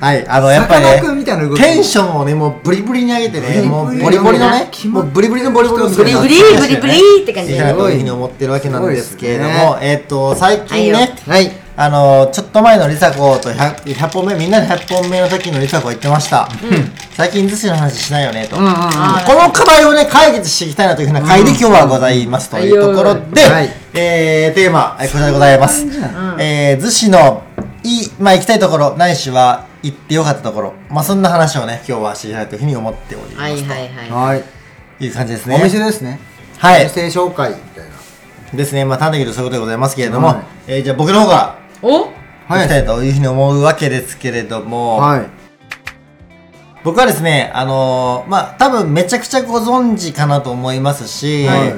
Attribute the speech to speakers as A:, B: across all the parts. A: はい、あのやっぱり
B: さかなクンみたいな動
A: ね、
B: き
A: テンションをね、もうブリブリに上げてね、もうボリボリのね、もうブリブリのボリボリの
B: ブリ
C: ブリブリブリって感じ
A: い
C: で
A: や
B: すご
A: と
B: い
A: いうふうに思ってるわけなんですけれど
B: すご
A: も、えっと、最近
C: はいよ
A: ね、
B: はい
A: あのちょっと前のりさこと100 100本目みんなで100本目の時のりさこが言ってました、最近逗子の話しないよねと、この課題をね解決していきたいなというふうな回で今日はございますというところで、
B: はい
A: えーテーマえーこちらでございますえー逗子、のいい、まあ、行きたいところないしは行ってよかったところ、まあ、そんな話をね今日はしていきたいというふうに思っております、、
C: はいいはいはい
B: はい
A: いう感じですね
B: お店ですね
A: は
B: お
A: い
B: 店紹介みたいな
A: ですねまあ単純に言うとそういうことでございますけれども、
B: はい
A: えーじゃあ僕の方から
C: お
A: 行きたいというふうに思うわけですけれども、
B: はい
A: 僕はですね、あのーまあ、多分めちゃくちゃご存知かなと思いますし、
B: はい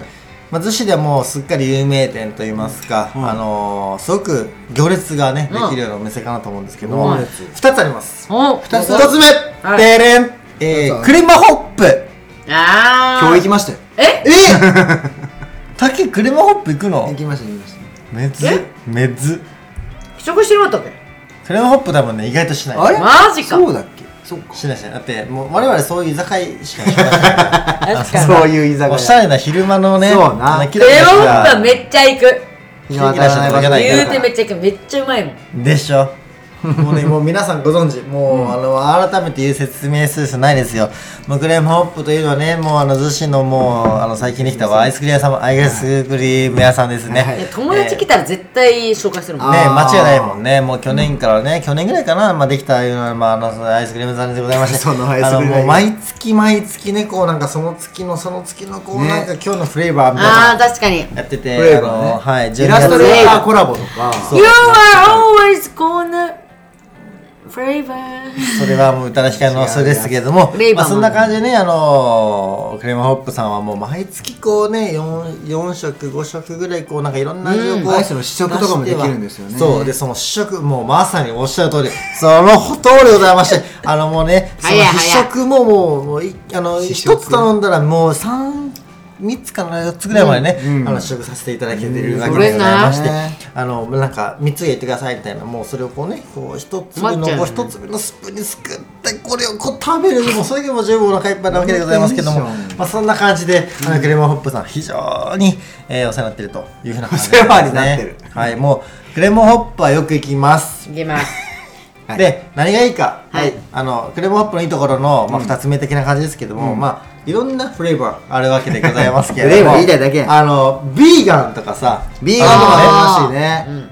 A: まあ、逗子でもうすっかり有名店といいますか、
B: うん
A: あのーすごく行列がね、
C: う
A: で
C: ん
A: きるようなお店かなと思うんですけど
B: 行
A: も、二
B: 列
A: 2つあります。
C: お
A: 2つ
B: つ
A: 目、
C: はい
A: デレン、えー、クリマホップ
C: あー
B: 今日行きましたよ
C: え
A: え竹クリマホップ行くの
B: 行きました行きました
A: めず
C: え
A: めず
C: 試食してなかったっけ
A: クリマホップ多分ね意外としない
B: あれ
C: マジか
B: そうだっけそうか
A: しないしないだってもう我々そういう居酒屋しかし ない
C: 確
B: そういう居酒
A: お
B: 屋
A: しゃれな昼間のね
B: そうな
A: あのキ
C: ク
A: ラキ
C: レ
A: ラ
C: モ
A: し
C: ン
A: た
C: パンめっちゃ行く
B: 日の当たらない場所
A: はい
C: 言うてめっちゃ行くめっちゃうまいもん
A: でし ょもうね、もう皆さんご存知、もう、あの、改めて言う説明する必要ないですよ。もうクレームホップというのはね、もうあの、逗子のもう、あの、最近できたアイスクリーム屋さん、アイスクリーム屋さんですね。
B: はい
C: いや友達来たら絶対紹介するもん
B: あ
A: ね、
B: ー
A: 間違いないもんね。もう去年からね、去年ぐらいかな、まあ、できたような、まあ、あの、そのアイスクリーム屋さんでございまして。
B: そのアイスクリーム屋
A: あのもう毎月毎月ね、こう、なんかその月の、その月の、こう、
B: ね
A: なんか今日のフレーバーみたい
C: あ
A: な
C: あー確かに
A: のやってて、
B: フレー
A: あ
B: バー
A: の
B: ね
A: はい、
B: イラストレーターコラボとか
A: そう
C: You are always gonna flavor
A: それはもう宇多田ヒカルのそれですけれども
C: レイ、バ
A: まあ、
C: ーマン
A: そんな感じでね、あのークレームホップさんはもう毎月こうね 4, 4食5食ぐらいこうなんかいろんな味をこう、
B: うんアイスの試食とかもできるんですよね
A: 出してはそうでその試食もうまさにおっしゃる通りその通りでございまして あのもうねその
C: 早い
A: 試食ももうもういあの
B: 試食
A: 一つ頼んだらもう三3つかな4つぐらいまでね、
B: うんうん
A: あの試食させていただけてるわけでございまして、
B: うんそれな
A: あのなんか3つ入れてくださいみたいなもうそれをこうねこう一つ
C: 待っちゃう
A: の
C: よ
A: こう
C: ね
A: 一つのスプーンにすくってこれをこう食べるもうそれでも十分お腹いっぱいなわけでございますけども
B: いいでしょう
A: まあそんな感じであのクレモンホップさん非常に、えーお世話になってるというふうな感じ
B: お世話になってる
A: はいもうクレモンホップはよく行きます
C: いきます
B: はい
A: で何がいいか、
C: はい
A: あのクレモンホップのいいところの、まあ、2つ目的な感じですけども、まあいろんなフレーバーあるわけでございますけれども
B: フレーバー言いたいだ け
A: あのビーガンとかさ
B: ビーガンと
A: あ
B: か
A: の
B: ね
A: ね
B: らしいね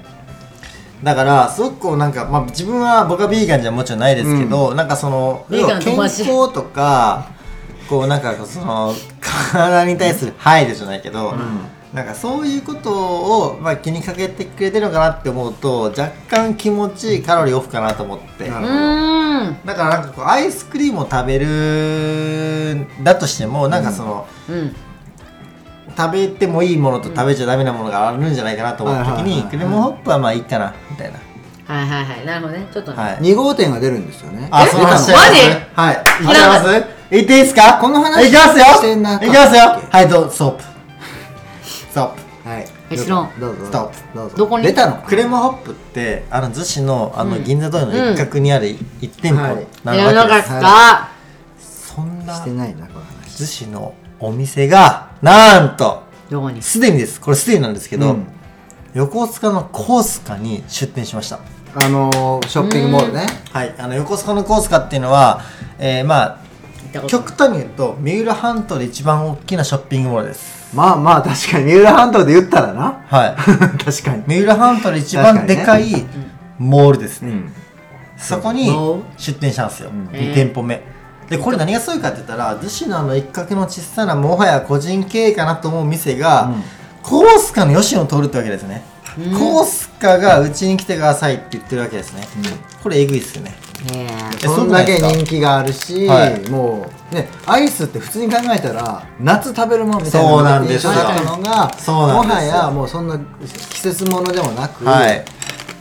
A: だからすごくこうなんか、まあ、自分は僕はビーガンじゃもちろんないですけど、なんかその
C: ビーガン
A: 健
C: 友達
A: 康とかこうなんかその体に対する配慮じゃないけど、なんかそういうことを、まあ、気にかけてくれてるのかなって思うと若干気持ちいいカロリーオフかなと思って。
B: なるほど
C: うーん
A: だからなんかこうアイスクリームを食べるだとしてもなんかその、
C: うん
A: 食べてもいいものと食べちゃダメなものがあるんじゃないかなと思った時
B: はいはいはい
A: に
B: はい
A: クレモンホップはまあいいかなみたいな
C: はいはいはいなるほどねちょっとね
A: はい
B: 2号店が出るんですよね
A: あ、
C: え
A: その話
C: マジ
A: はい。行き
C: 知らな
A: ます行っていいですか
B: この話
A: 行きますよ
B: してなかった
A: 行きますよはい、どうストップ。ストッ
B: はい
C: え知らん
B: どうぞ
A: ストップ
B: どうぞ
C: どこに
B: 出たの
A: プ。クレモホップって、あの、逗子の、あの、銀座通りの一角にある一店舗
B: はい
A: な
C: 知らな
A: わけ
C: か
A: で
C: っ
A: す。
C: た
A: そんな
B: してないなこの話
A: 逗子のお店が、なんと、
C: どこに
A: すでにです。これすでになんですけ
B: う
A: ど
B: ん、
A: 横須賀のコースカに出店しました。
B: あのーショッピングモールね
A: はい、あの横須賀のコースカっていうのは、えーま
C: った
A: あ
C: ことない
A: 極端に言うと三浦半島で一番大きなショッピングモールです。
B: まあまあ確かに三浦半島で言ったらな
A: はい。
B: 確かに
A: 三浦半島で一番でかいモールです
B: う
A: ね。
B: ん
A: そこに出店したんですよ。2店舗目。で、これ何がすごいかって言ったら、逗子のあの一角の小さな、もはや個人経営かなと思う店が、コースカの吉野を通るってわけですね。コースカがうちに来てくださいって言ってるわけですね。これえぐいっすよね。
C: ねえ
A: え
B: そんだけ人気があるし、
A: はい
B: もうねアイスって普通に考えたら夏食べるものみたいな
A: そうなんです
B: 一
A: よ
B: 緒だったのが
A: そうなん
B: もは
A: ですよ
B: やもうそんな季節ものでもなく、
A: はい。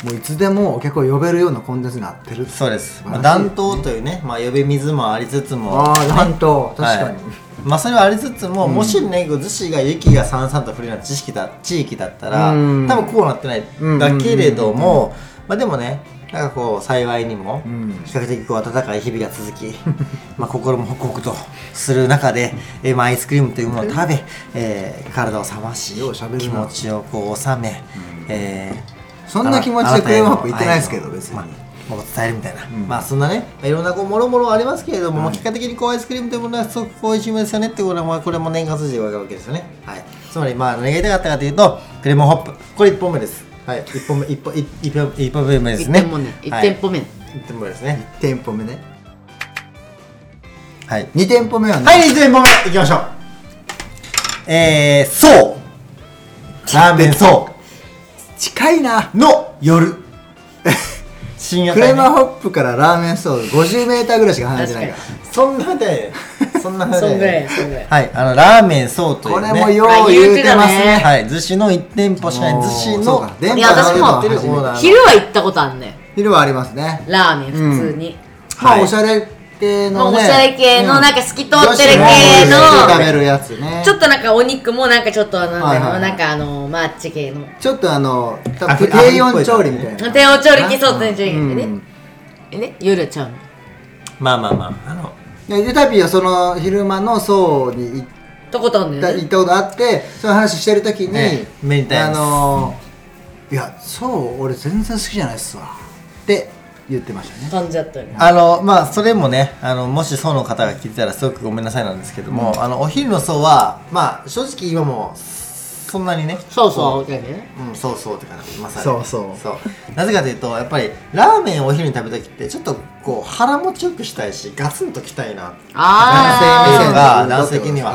B: もういつでもお客を呼べるようなコンテンツになってる
A: そうです。まあ、
B: 素晴らしい
A: 暖冬というね、まあ、呼び水もありつつも、
B: ああなんと確
A: はい
B: かに、
A: まあそれはありつつも、もしね逗子が雪がさんさんと降るような知識だ地域だったら、
B: うん
A: 多分こうなってない
B: うん
A: だけれども、まあでもねなんかこう幸いにも
B: うん
A: 比較的こう暖かい日々が続き まあ心もホクホクとする中で、えーまあ、アイスクリームというものを食べ、えー体を冷まし
B: よう喋るな
A: 気持ちをこう収め、えー
B: そんな気持ちでクレームアップ行ってないですけど
A: あなたへの愛を
B: 別に
A: まあもう伝えるみたいな、
B: ん
A: まあそんなね、まあいろんなこうもろもろありますけれども、まあ結果的にこうアイスクリームというものはすごくこう一面ですよねってことはまあこれも年間数字で分かるわけですよねはいつまりまあ何が言いたかったかというとクレモンホップこれ1本目ですはい1本目1本一一本一本目です
C: 一
A: ね
C: 店舗目一店舗目
A: 1店舗目ですね
B: 店舗目ね
A: はい
B: 2店舗目はね、
A: はい、1本目いきましょう。えー、そう。ラーメンそ
B: 近いな
A: うの
B: 夜
A: 深夜
B: クレ
A: 帯ね
B: マホップからラーメンストール 50m ぐらいしか離れて
C: 確
B: ない
C: かに
B: から
A: そんな話で、そんな話で。
C: そんぐらいそんぐらい
A: はい、あのラーメンそうとい
B: こ
A: うね。
B: れもよ
C: あ
B: う
C: 言
B: 言
C: う
B: う
C: て
B: て
C: たね
B: ますね
A: はい、逗子の一店舗しかない逗子
B: そう
A: の
B: か電
C: いや私も
A: やってるオーナーの
C: 昼は行ったことあんねん
B: 昼はありますね
C: ラーメン普通に、
B: ま
A: は
B: あ
A: い
B: おしゃれ系
C: も
B: の
C: う
B: ね
C: おしゃれ系の
B: うん
C: なんか透き通ってる
B: 女
C: 系
B: 子食べ
C: の
B: るやつね
C: ちょっとなんかお肉もなんかちょっとあのなんだろう
B: はいはいはい
C: なんかあのマッチ系の
B: ちょっとあの多
A: あ
B: 分
A: ふ
B: 低温調理みたいな
C: 手を調理器そう手を調理器
B: うん
C: ねね夜ちゃうの
A: まあまあまあ、あの、
B: ででタピはその昼間の層に行っ
C: とことんだ
B: た
C: よ
B: 行っ
C: ね
B: たことあってその話してる時に、
A: ええめでたい
B: あ
A: です
B: のいやそう俺全然好きじゃないっすわって言ってましたね
C: 感じだったよね
A: あのまあそれもねあのもし層の方が聞いてたらすごくごめんなさいなんですけども、あのお昼の層はまあ正直今もそんなにね
C: そうそうみたいなね
A: うん、そうそうって感じまさに
B: そうそう
A: そうなぜかというとやっぱりラーメンをお昼に食べた時ってちょっとこう腹持ちよくしたいしガツンときたいなってい
B: ー
A: う
B: 男性
A: の
B: 目線
C: あ
A: が
B: あー
A: 男性的には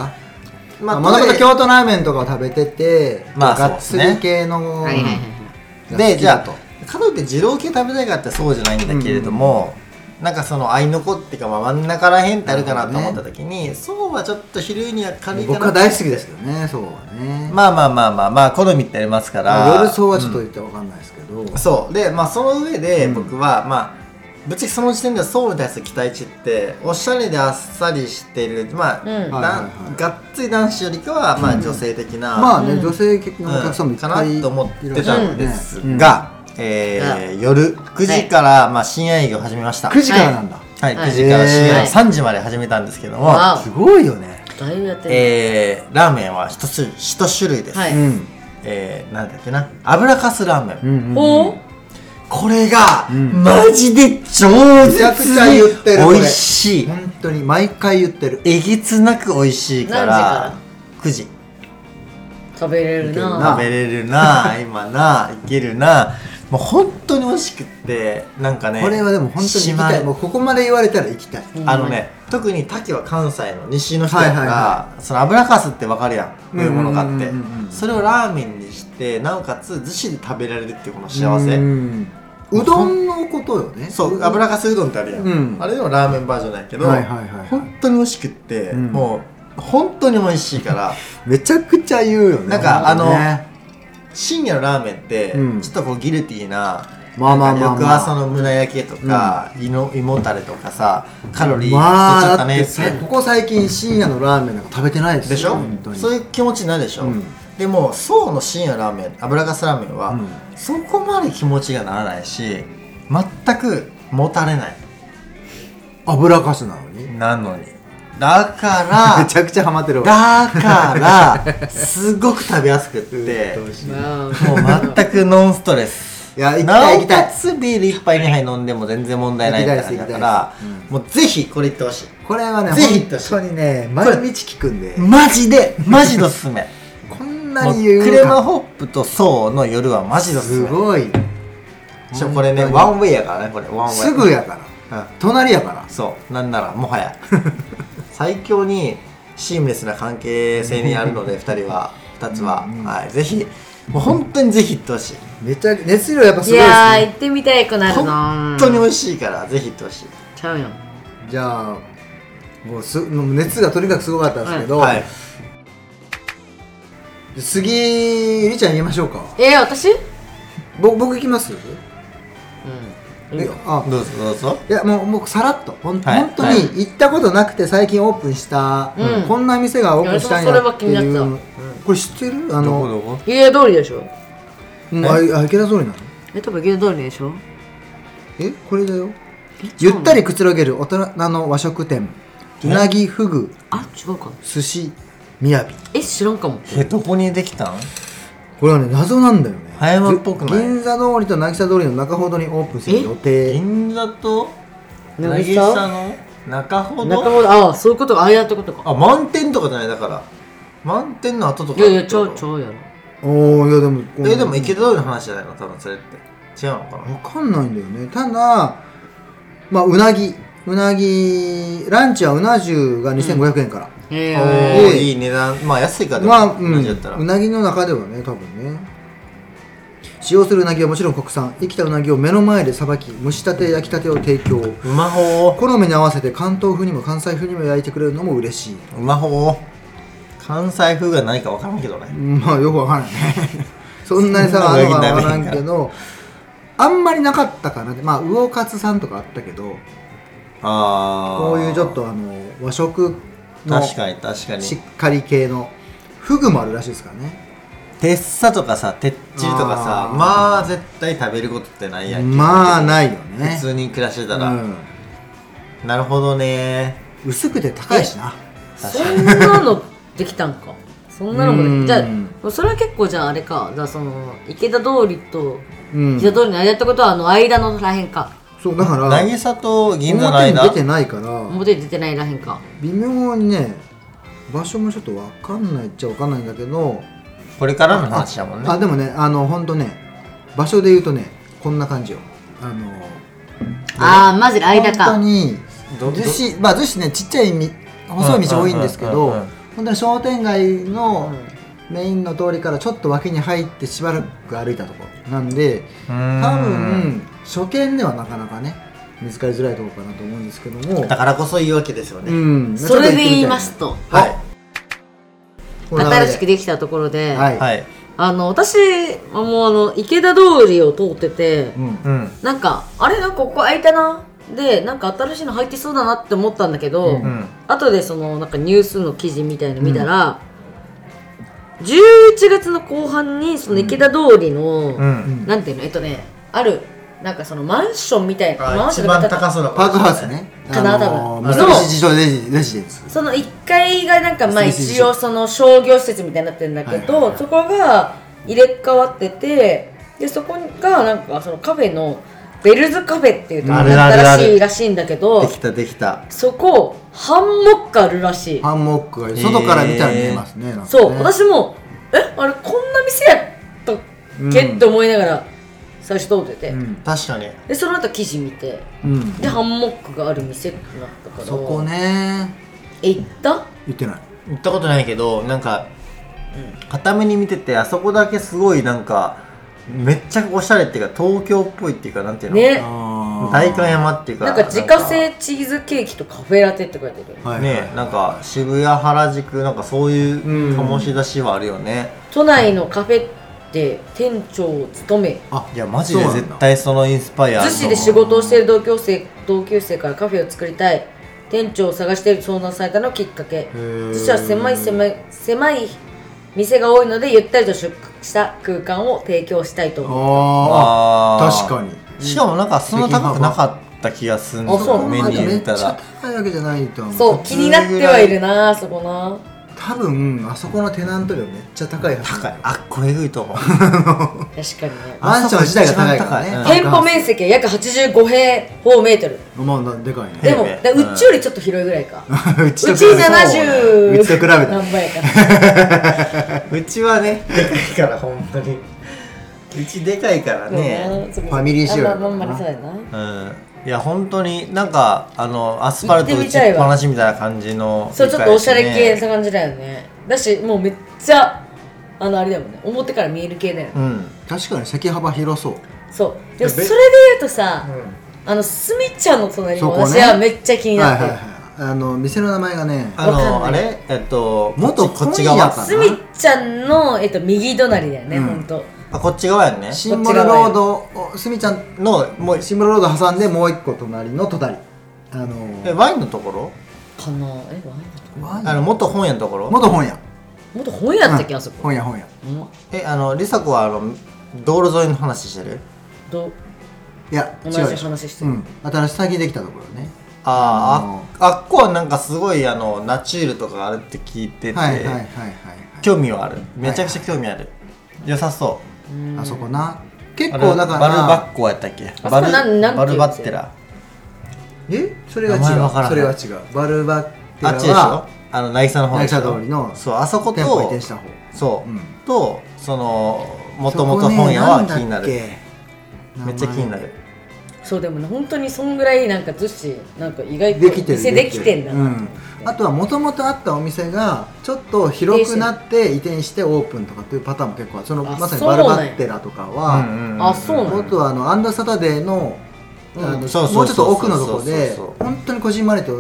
B: まあ、
A: ま
B: も
A: あ
B: と
A: ト
B: も
A: イ
B: と
A: レ
B: 京都ラーメンとかを食べてて、
A: まあ
B: がっつり系の、
C: ーはいはいはい
A: でじゃ
B: と。
A: あかといって二郎系食べたいかってそうじゃないんだけれども、なんかその合いの子っていうか、まあ、真ん中らへんってあるかなと思った時に、そうはちょっと昼には軽いか
B: 僕
A: な
B: は大好きですけどね、そうはね。
A: まあまあまあまあまあ好みってありますから
B: 夜そうはちょっと言ってわかんないですけど、
A: そうでまあその上で
B: うん
A: 僕は、まあぶっちゃけその時点ではソウルに対する期待値っておしゃれであっさりしてるまあ、
C: うん
A: な
B: はいはいはい
A: がっつり男子よりかは、まあ、女性的な、
B: まあね、
C: うん
B: 女性のお客さんもいっ
A: か
B: ぱい
A: ないと思ってたんですが、えー夜9時から、まあ、深夜営業始めました
B: 9時からなんだ。
A: はい、
C: はい
A: 9時から深夜
C: はい
A: 3時まで始めたんですけども、
C: わ
B: すごいよね。
C: だいぶやってる
A: えーラーメンは一種一種類です、
C: は
B: う
C: い
B: ん。
A: えーなんだっけな油かすラーメン、
B: うんうん。
C: ほう
A: これが、
B: ん
A: マジで超
B: めちゃ
A: 絶
B: くちゃ言ってる
A: に
B: こ
A: 美
B: れ
A: 味しい
B: 本当に毎回言ってる。
A: えげつなく美味しいから
C: 何時から
A: 9時
C: 食べれる
A: 食
C: な
A: べれるな今ないけるなもう本当に美味しくってなんかね
B: これはでも本当に行き
A: 島
B: たい。もうここまで言われたら行きたい。
A: あのね特に滝は関西の西の人
B: はい
A: や
B: は
A: か
B: い
A: ら
B: は
A: その油かすって分かるやんどういうものかって
B: うんうんうんうんうん
A: それをラーメンにしてなおかつ逗子で食べられるっていうこの幸せ
B: うん。うどんのことよね。
A: そう油かすうどんってあるやん、
B: うん
A: あれでもラーメンバージョンなんやけど、
B: はいはいはい
A: 本当に美味しくって、
B: ん
A: もう本当に美味しいから
B: めちゃくちゃ言うよね。
A: なんかあの
B: ね
A: 深夜のラーメンって、
B: うん
A: ちょっとこうギルティーな
B: まあまあまあまあ
A: なんか翌朝の胸焼けとか、胃の胃もたれとかさカロリー取っち
B: ま
A: ゃ
B: あ
A: った
B: だっ
A: ね
B: て
A: って,、
B: さここ最近深夜のラーメンなんか食べてないですよ
A: でしょ
B: 本当に
A: そういう気持ちになるでしょ、
B: うん
A: でも層の深夜ラーメン油かすラーメンは、
B: うん
A: そこまで気持ちがならないし全くもたれない
B: 油かすなのにめ
A: なのにだ から
B: ちゃくちゃハマってるわ
A: だから、すごく食べやすくって、
B: うん美味しい
C: わあ
A: もう全くノンストレス。
B: いや行き
A: な
B: たい行
A: お
B: きた
A: か
B: い
A: つビール1杯2杯飲んでも全然問題ないみたいな感じだから
B: 行きたいです行きたいで、
A: もうぜひこれ言ってほしい。
B: これはね
A: ぜひ行って
B: 本
A: ほしい
B: 当にね毎日聞くんで
A: マジで、マジでおすす め。
B: こん
A: も
B: な
A: う
B: に言うか
A: クレマホップとソウの夜はマジでおすす
B: す
A: め。
B: ごい
A: しかもこれね、
B: 本当に
A: ワンウェイやからね、これ、ワンウェイ。
B: すぐやから、
A: うん
B: 隣やから
A: そう、なんなら、もは や。最強にシームレスな関係性にあるの で、2人は、2つは。はい、ぜひ、もう本当にぜひ行ってほしい。
B: めちゃく熱量やっぱす
C: い
B: ごいです
C: やー
B: ね
C: 行ってみたいくなるな
A: 本当に美味しいからぜひ行ってほしい
C: ちゃうよ
B: じゃあもうすもう熱がとにかくすごかったんですけど、
A: はい
B: 次ゆりちゃん言いましょうか
C: えー私う
B: ぼ僕行きます
C: んいいよ
B: えあ
A: どうぞどうぞ
B: いやもうもうさらっとほん、
A: はい
B: 本当に行ったことなくて最近オープンした、
C: うん
B: こんな店がオープンしたんやって
C: いや
B: い
C: で
B: う
C: も
B: これ知ってるあの
A: どこ
C: 家通りでしょ
B: うんああ池田総理なの
C: え多分牛丼通りでしょ
B: えこれだよゆったりくつろげる大人の和食店うなぎふぐ
C: あ違うか
B: 寿司みやび
C: え知らんかも
A: へとこにできたん
B: これはね謎なんだよね
A: 葉山っぽくない
B: ず銀座通りと渚通りの中ほどにオープンする予定
A: 銀座と
C: 渚
A: 渚の中ほ
C: 中
A: ど
C: ほどああそういうことああやったことか
A: あ満点とかじゃないだから満点の後と
C: い
A: か
C: やいやちょうちょうやろ
B: おおいやでも
A: えでも池
B: け
A: 田通りの話じゃないの多分それって違うのか
B: わかんないんだよねただまあうなぎうなぎランチはうな重が2500円から、
C: へ
A: な、
C: え
A: おーいい値段まあ安いからでも
B: まあ、う
A: 同
B: ん、
A: じやったら、
B: うなぎの中ではね多分ね使用するうなぎはもちろん国産生きたうなぎを目の前でさばき蒸したて焼きたてを提供
A: うまほ
B: 好みに合わせて関東風にも関西風にも焼いてくれるのも嬉しい、
A: ううまほう関西風がないか分からんけどね
B: まあよくわからないね そんなにさ
A: そん
B: あ
A: な
B: る
A: う
B: の
A: なぎ
B: は
A: 食べ
B: わ
A: へんから
B: からんけどあんまりなかったかなってまあ魚勝さんとかあったけど
A: ああ
B: こういうちょっとあの和食の
A: 確かに確かに
B: しっかり系のフグもあるらしいですからね
A: てっさとかさてっちりとかさ
B: あー
A: まあ絶対食べることってないやん
B: まあないよね
A: 普通に暮らしてた
B: う
A: ら、
B: ん、
A: なるほどね
B: 薄くて高いしな
C: そんなのできたんかそんなの
B: う
C: も
B: ん
C: じゃあもうそれは結構じゃああれかじゃあその池田通りと
B: うん
C: 池田通りの間ってことはあの間のらへんか
B: そうだから
A: 渚と銀座の
B: 表に
A: 間
B: 出てないから
C: 表に出てないらへんか
B: 微妙にね場所もちょっとわかんないっちゃわかんないんだけど、
A: これからの話やもんね
B: あでもねあのほんとね場所で言うとねこんな感じよあの
C: ああマジで間
B: 本当
C: か
B: に
A: ど
B: 逗子まあ逗子ねちっちゃいみ細い道多いんですけ
A: うんうんうん
B: ど
A: うん
B: 本当に商店街の
C: うん
B: メインの通りからちょっと脇に入ってしばらく歩いたところなんで
A: 多
B: 多分初見ではなかなかね見つかりづらいところかなと思うんですけども
A: だからこそ言うわけですよね、
B: うん
C: それで言いますと
A: はい
C: 新しく
B: で
C: できたところで、
B: はい
A: はい
C: あの私はもうあの池田通りを通ってて、
B: うん
A: うん
C: なんかあれなんかここ空いたなでなんか新しいの入ってそうだなって思ったんだけ
B: う
C: ど、
B: ん
A: うん
C: 後でそのなんかニュースの記事みたいの見たら、11月の後半にその池田通りの、
A: うん
B: ん
C: なんていうのえっとねあるなんかそのマンションみたいなマンションとか
A: そうな
B: パークハウスね
C: かな
B: あの
C: 多分
B: 三菱地所レジレジデンス
C: その1階がなんかまあ
B: 設備
C: 一応その商業施設みたいになってるんだけど、
B: はいはいはい
C: そこが入れ替わっててでそこがなんかそのカフェのベルズカフェっていうところだったら
A: あるあるあ
C: しい
A: る
C: らしいんだけど
A: できたできた
C: そこハンモックあるらしい
B: ハンモックが外から見たら見えますねなんかね
C: そう、私もえあれこんな店やったっけ、
B: うん
C: って思いながら最初通ってて、
B: うん
A: 確かに
C: でその後記事見て
B: うん
C: でハンモックがある店ってなったから
B: そこね
C: え行った
B: 言ってない
A: 行ったことないけどなんか片目に見ててあそこだけすごいなんかめっちゃおしゃれっていうか東京っぽいっていうかなんていうの、
C: ね
A: 代
B: 大
A: 官山っていうか
C: なんか自家製チーズケーキとカフェラテって書いてる
A: ねなんか渋谷原宿なんかそういう醸し出しはあるよね、
C: 都内のカフェで店長を務め
B: あ
A: いやマジで絶対そのインスパイアの
C: 逗子で仕事をしている同級生同級生からカフェを作りたい店長を探して相談されたのがきっかけ
B: ー
C: 逗子は狭い狭い狭い店が多いのでゆったりとした空間を提供したいと思う
B: あ
A: あ
B: あ
A: ー
B: 確かに
A: しかもなんかそんな高くなかった気がするんだ
C: あそう
A: メ
B: まあ
A: ニュー
B: めっ
A: 見
B: ち
A: た
B: ゃ
A: ら
B: 高いわけじゃないとは思
C: そう気になってはいるなあそこな
B: 多分あそこのテナント料めっちゃ高いはず
A: 高いあっこえぐいと思う
C: 確かにね
A: あ
B: マンション自体が高いからね
A: 一番高い
C: 店舗面積は約85平方メートル
B: まあなでかい
C: で
B: ね
C: も
A: 平米
C: だうちよりちょっと広いぐらいか
B: う
C: うち
B: と比べたら
C: 70
B: うちと比べたら
C: 何倍やか
A: うちはねでかいからほんまにうちでかいからね
C: フ
B: ファミリー仕様
C: だ
B: や
C: な
B: か
C: ま
B: ら
C: ん
B: な
C: まにそうやな
A: うんいや本当になんかあのアスファルト
C: 行っ
A: 打
C: てみ
A: ち
C: たいわ
A: っぱなしみたいな感じの
C: そうちょっとおしゃれ系
A: ね
C: な感じだよねだしもうめっちゃあのあれだもんね表から見える系だよね
A: うん
B: 確かに席幅広そう
C: そうでもそ
A: べ
C: れで言うとさ、あのスミちゃんの隣
B: そ
C: も
B: こね
C: 私はめっちゃ気に
B: はい
C: なっ
B: はい
C: て
B: はい
C: る
B: あの店の名前がね
A: あ
C: わ
A: の
C: か
A: あ
C: んない
A: れえっと
B: 元
A: こっち
B: 今夜
A: 側
B: か
C: スミちゃんの、えっと、右隣だよね、
B: うん
C: ほんと
A: あこっち側やんね
B: シンボルロードをすみちゃん
A: のもう
B: シンボルロード挟んでもう一個隣の隣あの
A: えワインのところ
C: かなえわ
B: ワイン
A: あの元本屋のところ
B: 元本屋
C: もっと本屋だったっけ、
B: うん
C: あそこ
B: 本屋本屋
C: うん
A: えあの梨紗子はあの道路沿いの話してる
C: と
B: いや
C: 同
B: 違
C: じ
B: うでしょ
C: 話して
B: う
C: る、
B: ん新しい最近できたところね
A: あーああっこはなんかすごいあのナチュールとかあるって聞いてて、
B: はいはいはいはい
A: 興味はあるめちゃくちゃ興味ある、良さそううん
B: あそこな結
A: あれ
B: 構だか
A: バルバ
B: ら
A: ッコやったっけ
C: あ
A: バ
C: そ
A: ル
C: れなんなんて
A: バ
C: 言うんです
A: ルバッテラ
B: えそ
C: よ
B: れは違
A: 名前わか
B: う
A: らん
B: それは違うバルバッテ
A: あっ
B: ラ
A: ちでしょ
B: は
A: あの渚の方でし
B: 渚通りの
A: ょそうあそこ
B: 店舗移
A: と
B: 転した方
A: そう、
B: うん
A: とそのもともと本屋は気になる、めっちゃ気にな
B: る
A: る
C: そうでもね本当にそんぐらいなんか逗子なんか意外と
B: できてる
C: 店できてんだ
B: う
C: な、
B: ん、あとはもともとあったお店がちょっと広くなって移転してオープンとかっていうパターンも結構あるその
C: あ
B: まさに
C: そうな
B: バ
C: ん
B: ル
C: や
B: バッテラとかは、
C: あそうなの
B: あとはあのアンダーサタデーの,、
C: うん
B: あのもうち
A: そ
B: ょ
A: うそうそうそう
B: っと奥のところで
A: そうそうそう
B: 本当にこじんまりと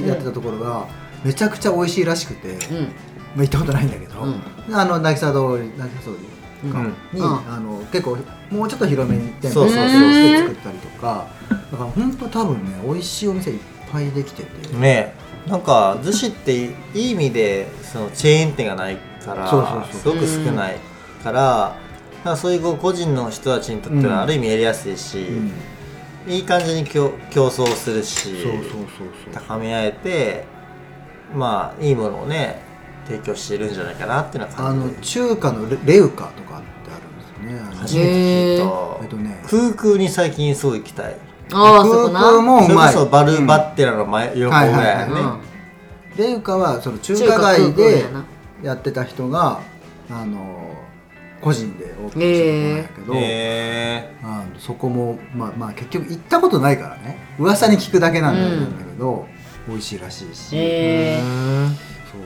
B: やってたところがめちゃくちゃ美味しいらしくて、
C: うん
B: まあ、行ったことないんだけど、
C: うん
B: あの渚通り渚通り
A: うんうん
B: に、
C: うん
B: あの結構もうちょっと広めに店
A: そう
B: 舗を
A: そうそう
B: して作ったりとかだから本当多分ね美味しいお店いっぱいできてて、
A: ねえなんか逗子っていい意味でそのチェーン店がないから
B: そうそうそう
A: すごく少ないからだからそういうこう個人の人たちにとって
B: うん
A: はある意味やりやすいし、
B: うん
A: いい感じに競競争する
B: そう
A: し
B: そうそうそう
A: 高め合えてまあいいものをね提供してるんじゃないかなっていうのは
B: あ
A: 感
B: の
A: じで
B: 中華のレレウカとかってあるんですよねあの
A: 初めて聞いた、
B: えっとね
A: 空空に最近すごい行きたい
C: ああそこ
B: 空港
C: な
B: もうまい
A: それこそバルバッテラの前、横ぐらいやね、
B: はいはいはうんレウカはその中華
C: 空
B: 街
C: 港
B: で
C: やな
B: やってた人があの個人でオープンしてたんだけど、
A: え
B: あのそこも、まあ、まあ結局行ったことないからね噂に聞くだけなんだ,、
C: うん
B: だけど美味しいらしいし、
A: ー
C: へえ
B: そうそうそうそうそう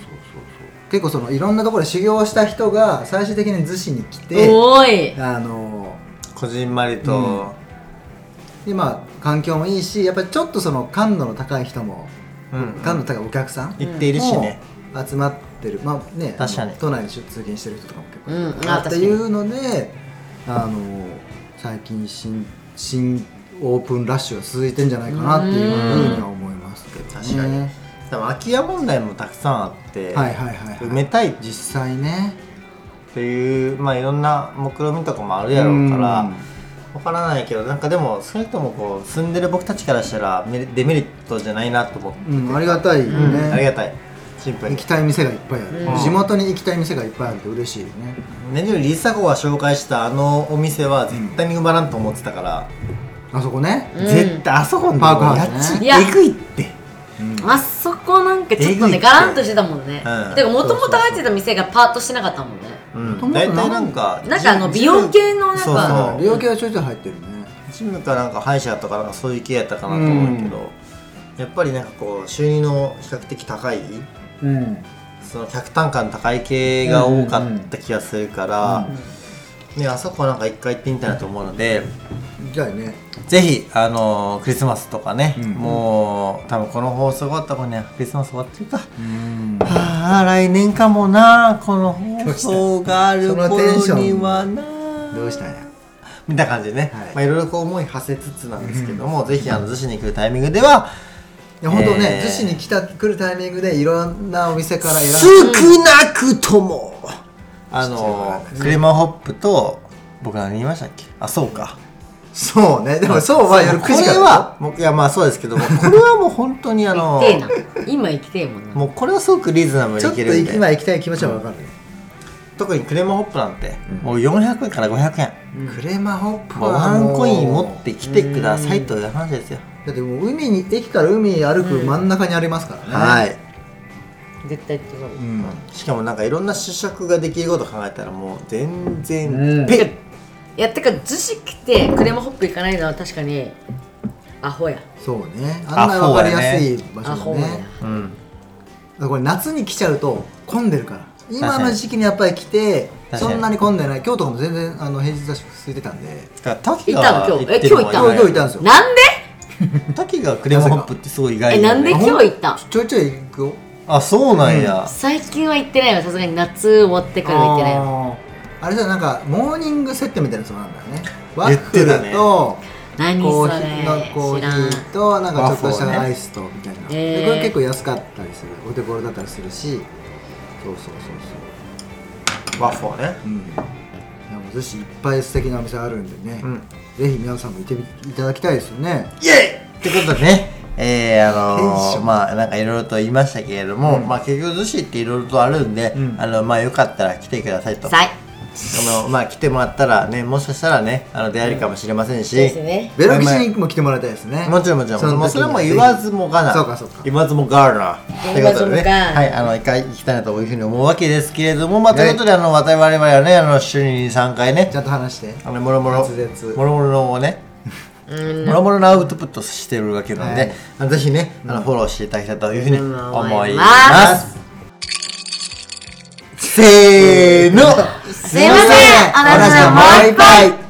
B: そう結構そのいろんなところで修行をした人が最終的に逗子に来て
C: おーい
B: あの
A: こじんまりと、
B: でまあ環境もいいしやっぱりちょっとその感度の高い人も
A: うん
B: 感度高いお客さん
A: 行っているしね、
B: も集まってるまあねあの
A: 確かに
B: 都内に出通勤してる人とかも結構
C: うん
B: いる
C: あ
B: なっていうのであの最近新新オープンラッシュが続いてんじゃないかなっていうふうには思いますけど、ね、
A: 確かにでも空き家問題もたくさんあって、
B: はいはいはい、
A: 埋
B: は
A: め
B: い、
A: たいっ
B: 実際ね
A: ていうまあいろんな目論見みとかもあるやろうから、
B: うん
A: わからないけどなんかでもそれともこう住んでる僕たちからしたらメリデメリットじゃないなと思って、
B: うん、ありがたいよね、
A: ありがたいシンプル
B: 行
A: に
B: きたい店がいっぱいある、
A: うん
B: 地元に行きたい店がいっぱいあるって嬉しいよね
A: 何よりりさ子が紹介したあのお店は絶対に埋まらんと思ってたから、
B: あそこね、
C: うん
A: 絶対あそこの
B: パークハウス
A: 家
B: ね
A: 賃
C: いや
A: えぐいって
C: あそこなんかちょっと
A: えぐいっ
C: ね
A: て
C: ガランとしてたもんね、
A: うん
C: てかもともと入ってた店がパーッとしてなかったもんね
A: うん
B: 元々
A: 大体なんか
C: なんかあの
A: ジ
C: 美容系のなん
A: そう
C: か
A: そう
B: 利用系はちょいちょい入ってるね
A: ジムかなんか歯医者とかなんかそういう系やったかなと思うけど、やっぱりなんかこう収入の比較的高い
B: うん
A: その客単価の高い系が多かった気がするから、ね、あそこなんか一回行ってみたいなと思うので、
B: じゃあね
A: ぜひ、あのークリスマスとかね、
B: うん
A: もう多分この放送終わった頃にはクリスマス終わってるか、
B: うん
A: はあ来年かもなこの放送がある
B: どうした
A: 頃
B: そのテンシ
A: に
B: ョン
A: はな
B: どうしたんや
A: みたいな感じでね、
B: はい
A: いまあ、いろいろこう思い馳せつつなんですけども、ぜひあの逗子に来るタイミングではい
B: や本当ね
A: えー
B: 逗子、に来た来るタイミングでいろんなお店から選んで
A: 少なくとも、あのークレマホップと僕何言いましたっけあそうか
B: そうねでもそうは夜9
A: こ
B: 時から
A: れはもういやまあそうですけどもこれはもう本当にあの
C: 行きてえな今行きてえもんな
A: もうこれはすごくリーズナブル
B: ちょ
A: に
B: っ
A: い
B: と
A: けるん
B: 今
A: で
B: 行きたい気持ちはわかるね、
A: 特にクレマホップなんて、もう400円から500円、
B: クレマホップ
A: まあ、
B: は
A: ワンコイン持
B: もう
A: ってきてくださいという話ですよ、
B: だってもう海に駅から海歩く真ん中にありますからね、
A: はい、
C: 絶対行ってそ
B: う
C: う
B: ん
A: しかもなんかいろんな試食ができることを考えたらもう全
B: うん
A: 然ペッ、
C: いやてか逗子来てクレマホップ行かないのは確かにアホや
B: そうねあんな分かりやすい場
C: ア
B: 所
C: ホ
B: だ
C: や
B: ね
A: うん
B: だからこれ夏に来ちゃうと混んでるから今
A: 確か
B: の
A: に
B: 時期にやっぱり来て
A: 確
B: そ
A: かに
B: んなに混んでない今日とかも全然あの平日だし空いてたんで
A: だから
C: い
A: 滝
C: たの
A: が
C: 今日
A: ってるのも
B: 今
C: え
B: 日
C: 今日
B: 今日いたんですよ
C: なんで
A: 滝がクレマホップってすごい意外
C: え
A: だ
C: な
A: よ
C: んで
A: ね
C: 今日行った
B: ちょいちょい行くよ
A: あそうなんや、
C: 最近は行ってないわさすがに夏終わってからは行ってないわ
B: あーあれじゃなんかモーニングセットみたいなやつもあるんだよねワッ
A: 言っ
B: フ
A: てた
B: ル
A: ね
B: と
C: 何
B: コ
C: そ
B: ーヒーのコ
C: れ
B: ー
C: 知
B: ヒ
C: らん
B: ーとなんかちょっとし
A: ワッフル
B: た
A: ね
B: アイスとみたいな、
C: えー
B: でこれ結構安かったりするお手頃だったりするしそうそうそうそう
A: ワッフォーね
B: うんいやもうの逗子いっぱい素敵なお店あるんでね、
A: うん
B: ぜひ皆さんも行ってみいただきたいですよね
A: イエイってことでね、えー、あ
B: テン
A: の
B: ショ
A: ー、
B: ン
A: まあなんかいろいろと言いましたけれども、まあ結局逗子っていろいろとあるんで、
B: ん
A: あのまあよかったら来てくださいと。
C: さい
A: あのまあ来てもらったらね、もしかしたらね、あの出会えるかもしれませんし、
C: ですね
B: ベロキシにも来てもらいたいですね
A: もちろんもちろん、
B: の時に
A: もうそれも言わずもがな。
B: そうかそうか
A: 言わずもがな。と
C: 言
A: いう
C: わ
A: こ
C: ず
A: と
C: も
A: で
C: がな
A: ね、はい、あの、一回行きたいなというふうに思うわけですけれども、まあ、ということで、あの、我々はね、あの、週に3回ね
B: ち、ゃんと話して
A: あの、もろもろ、
B: 滑舌
A: もろもろのをね、
C: うん
A: もろもろのアウトプットしてるわけなんで、
B: はい
A: あのぜひね、あの、フォローしていただきたいというふうに思
C: 思
A: い
C: い
A: ま。
C: ます
A: せーの
C: すいませんあなたのもう一杯
A: 杯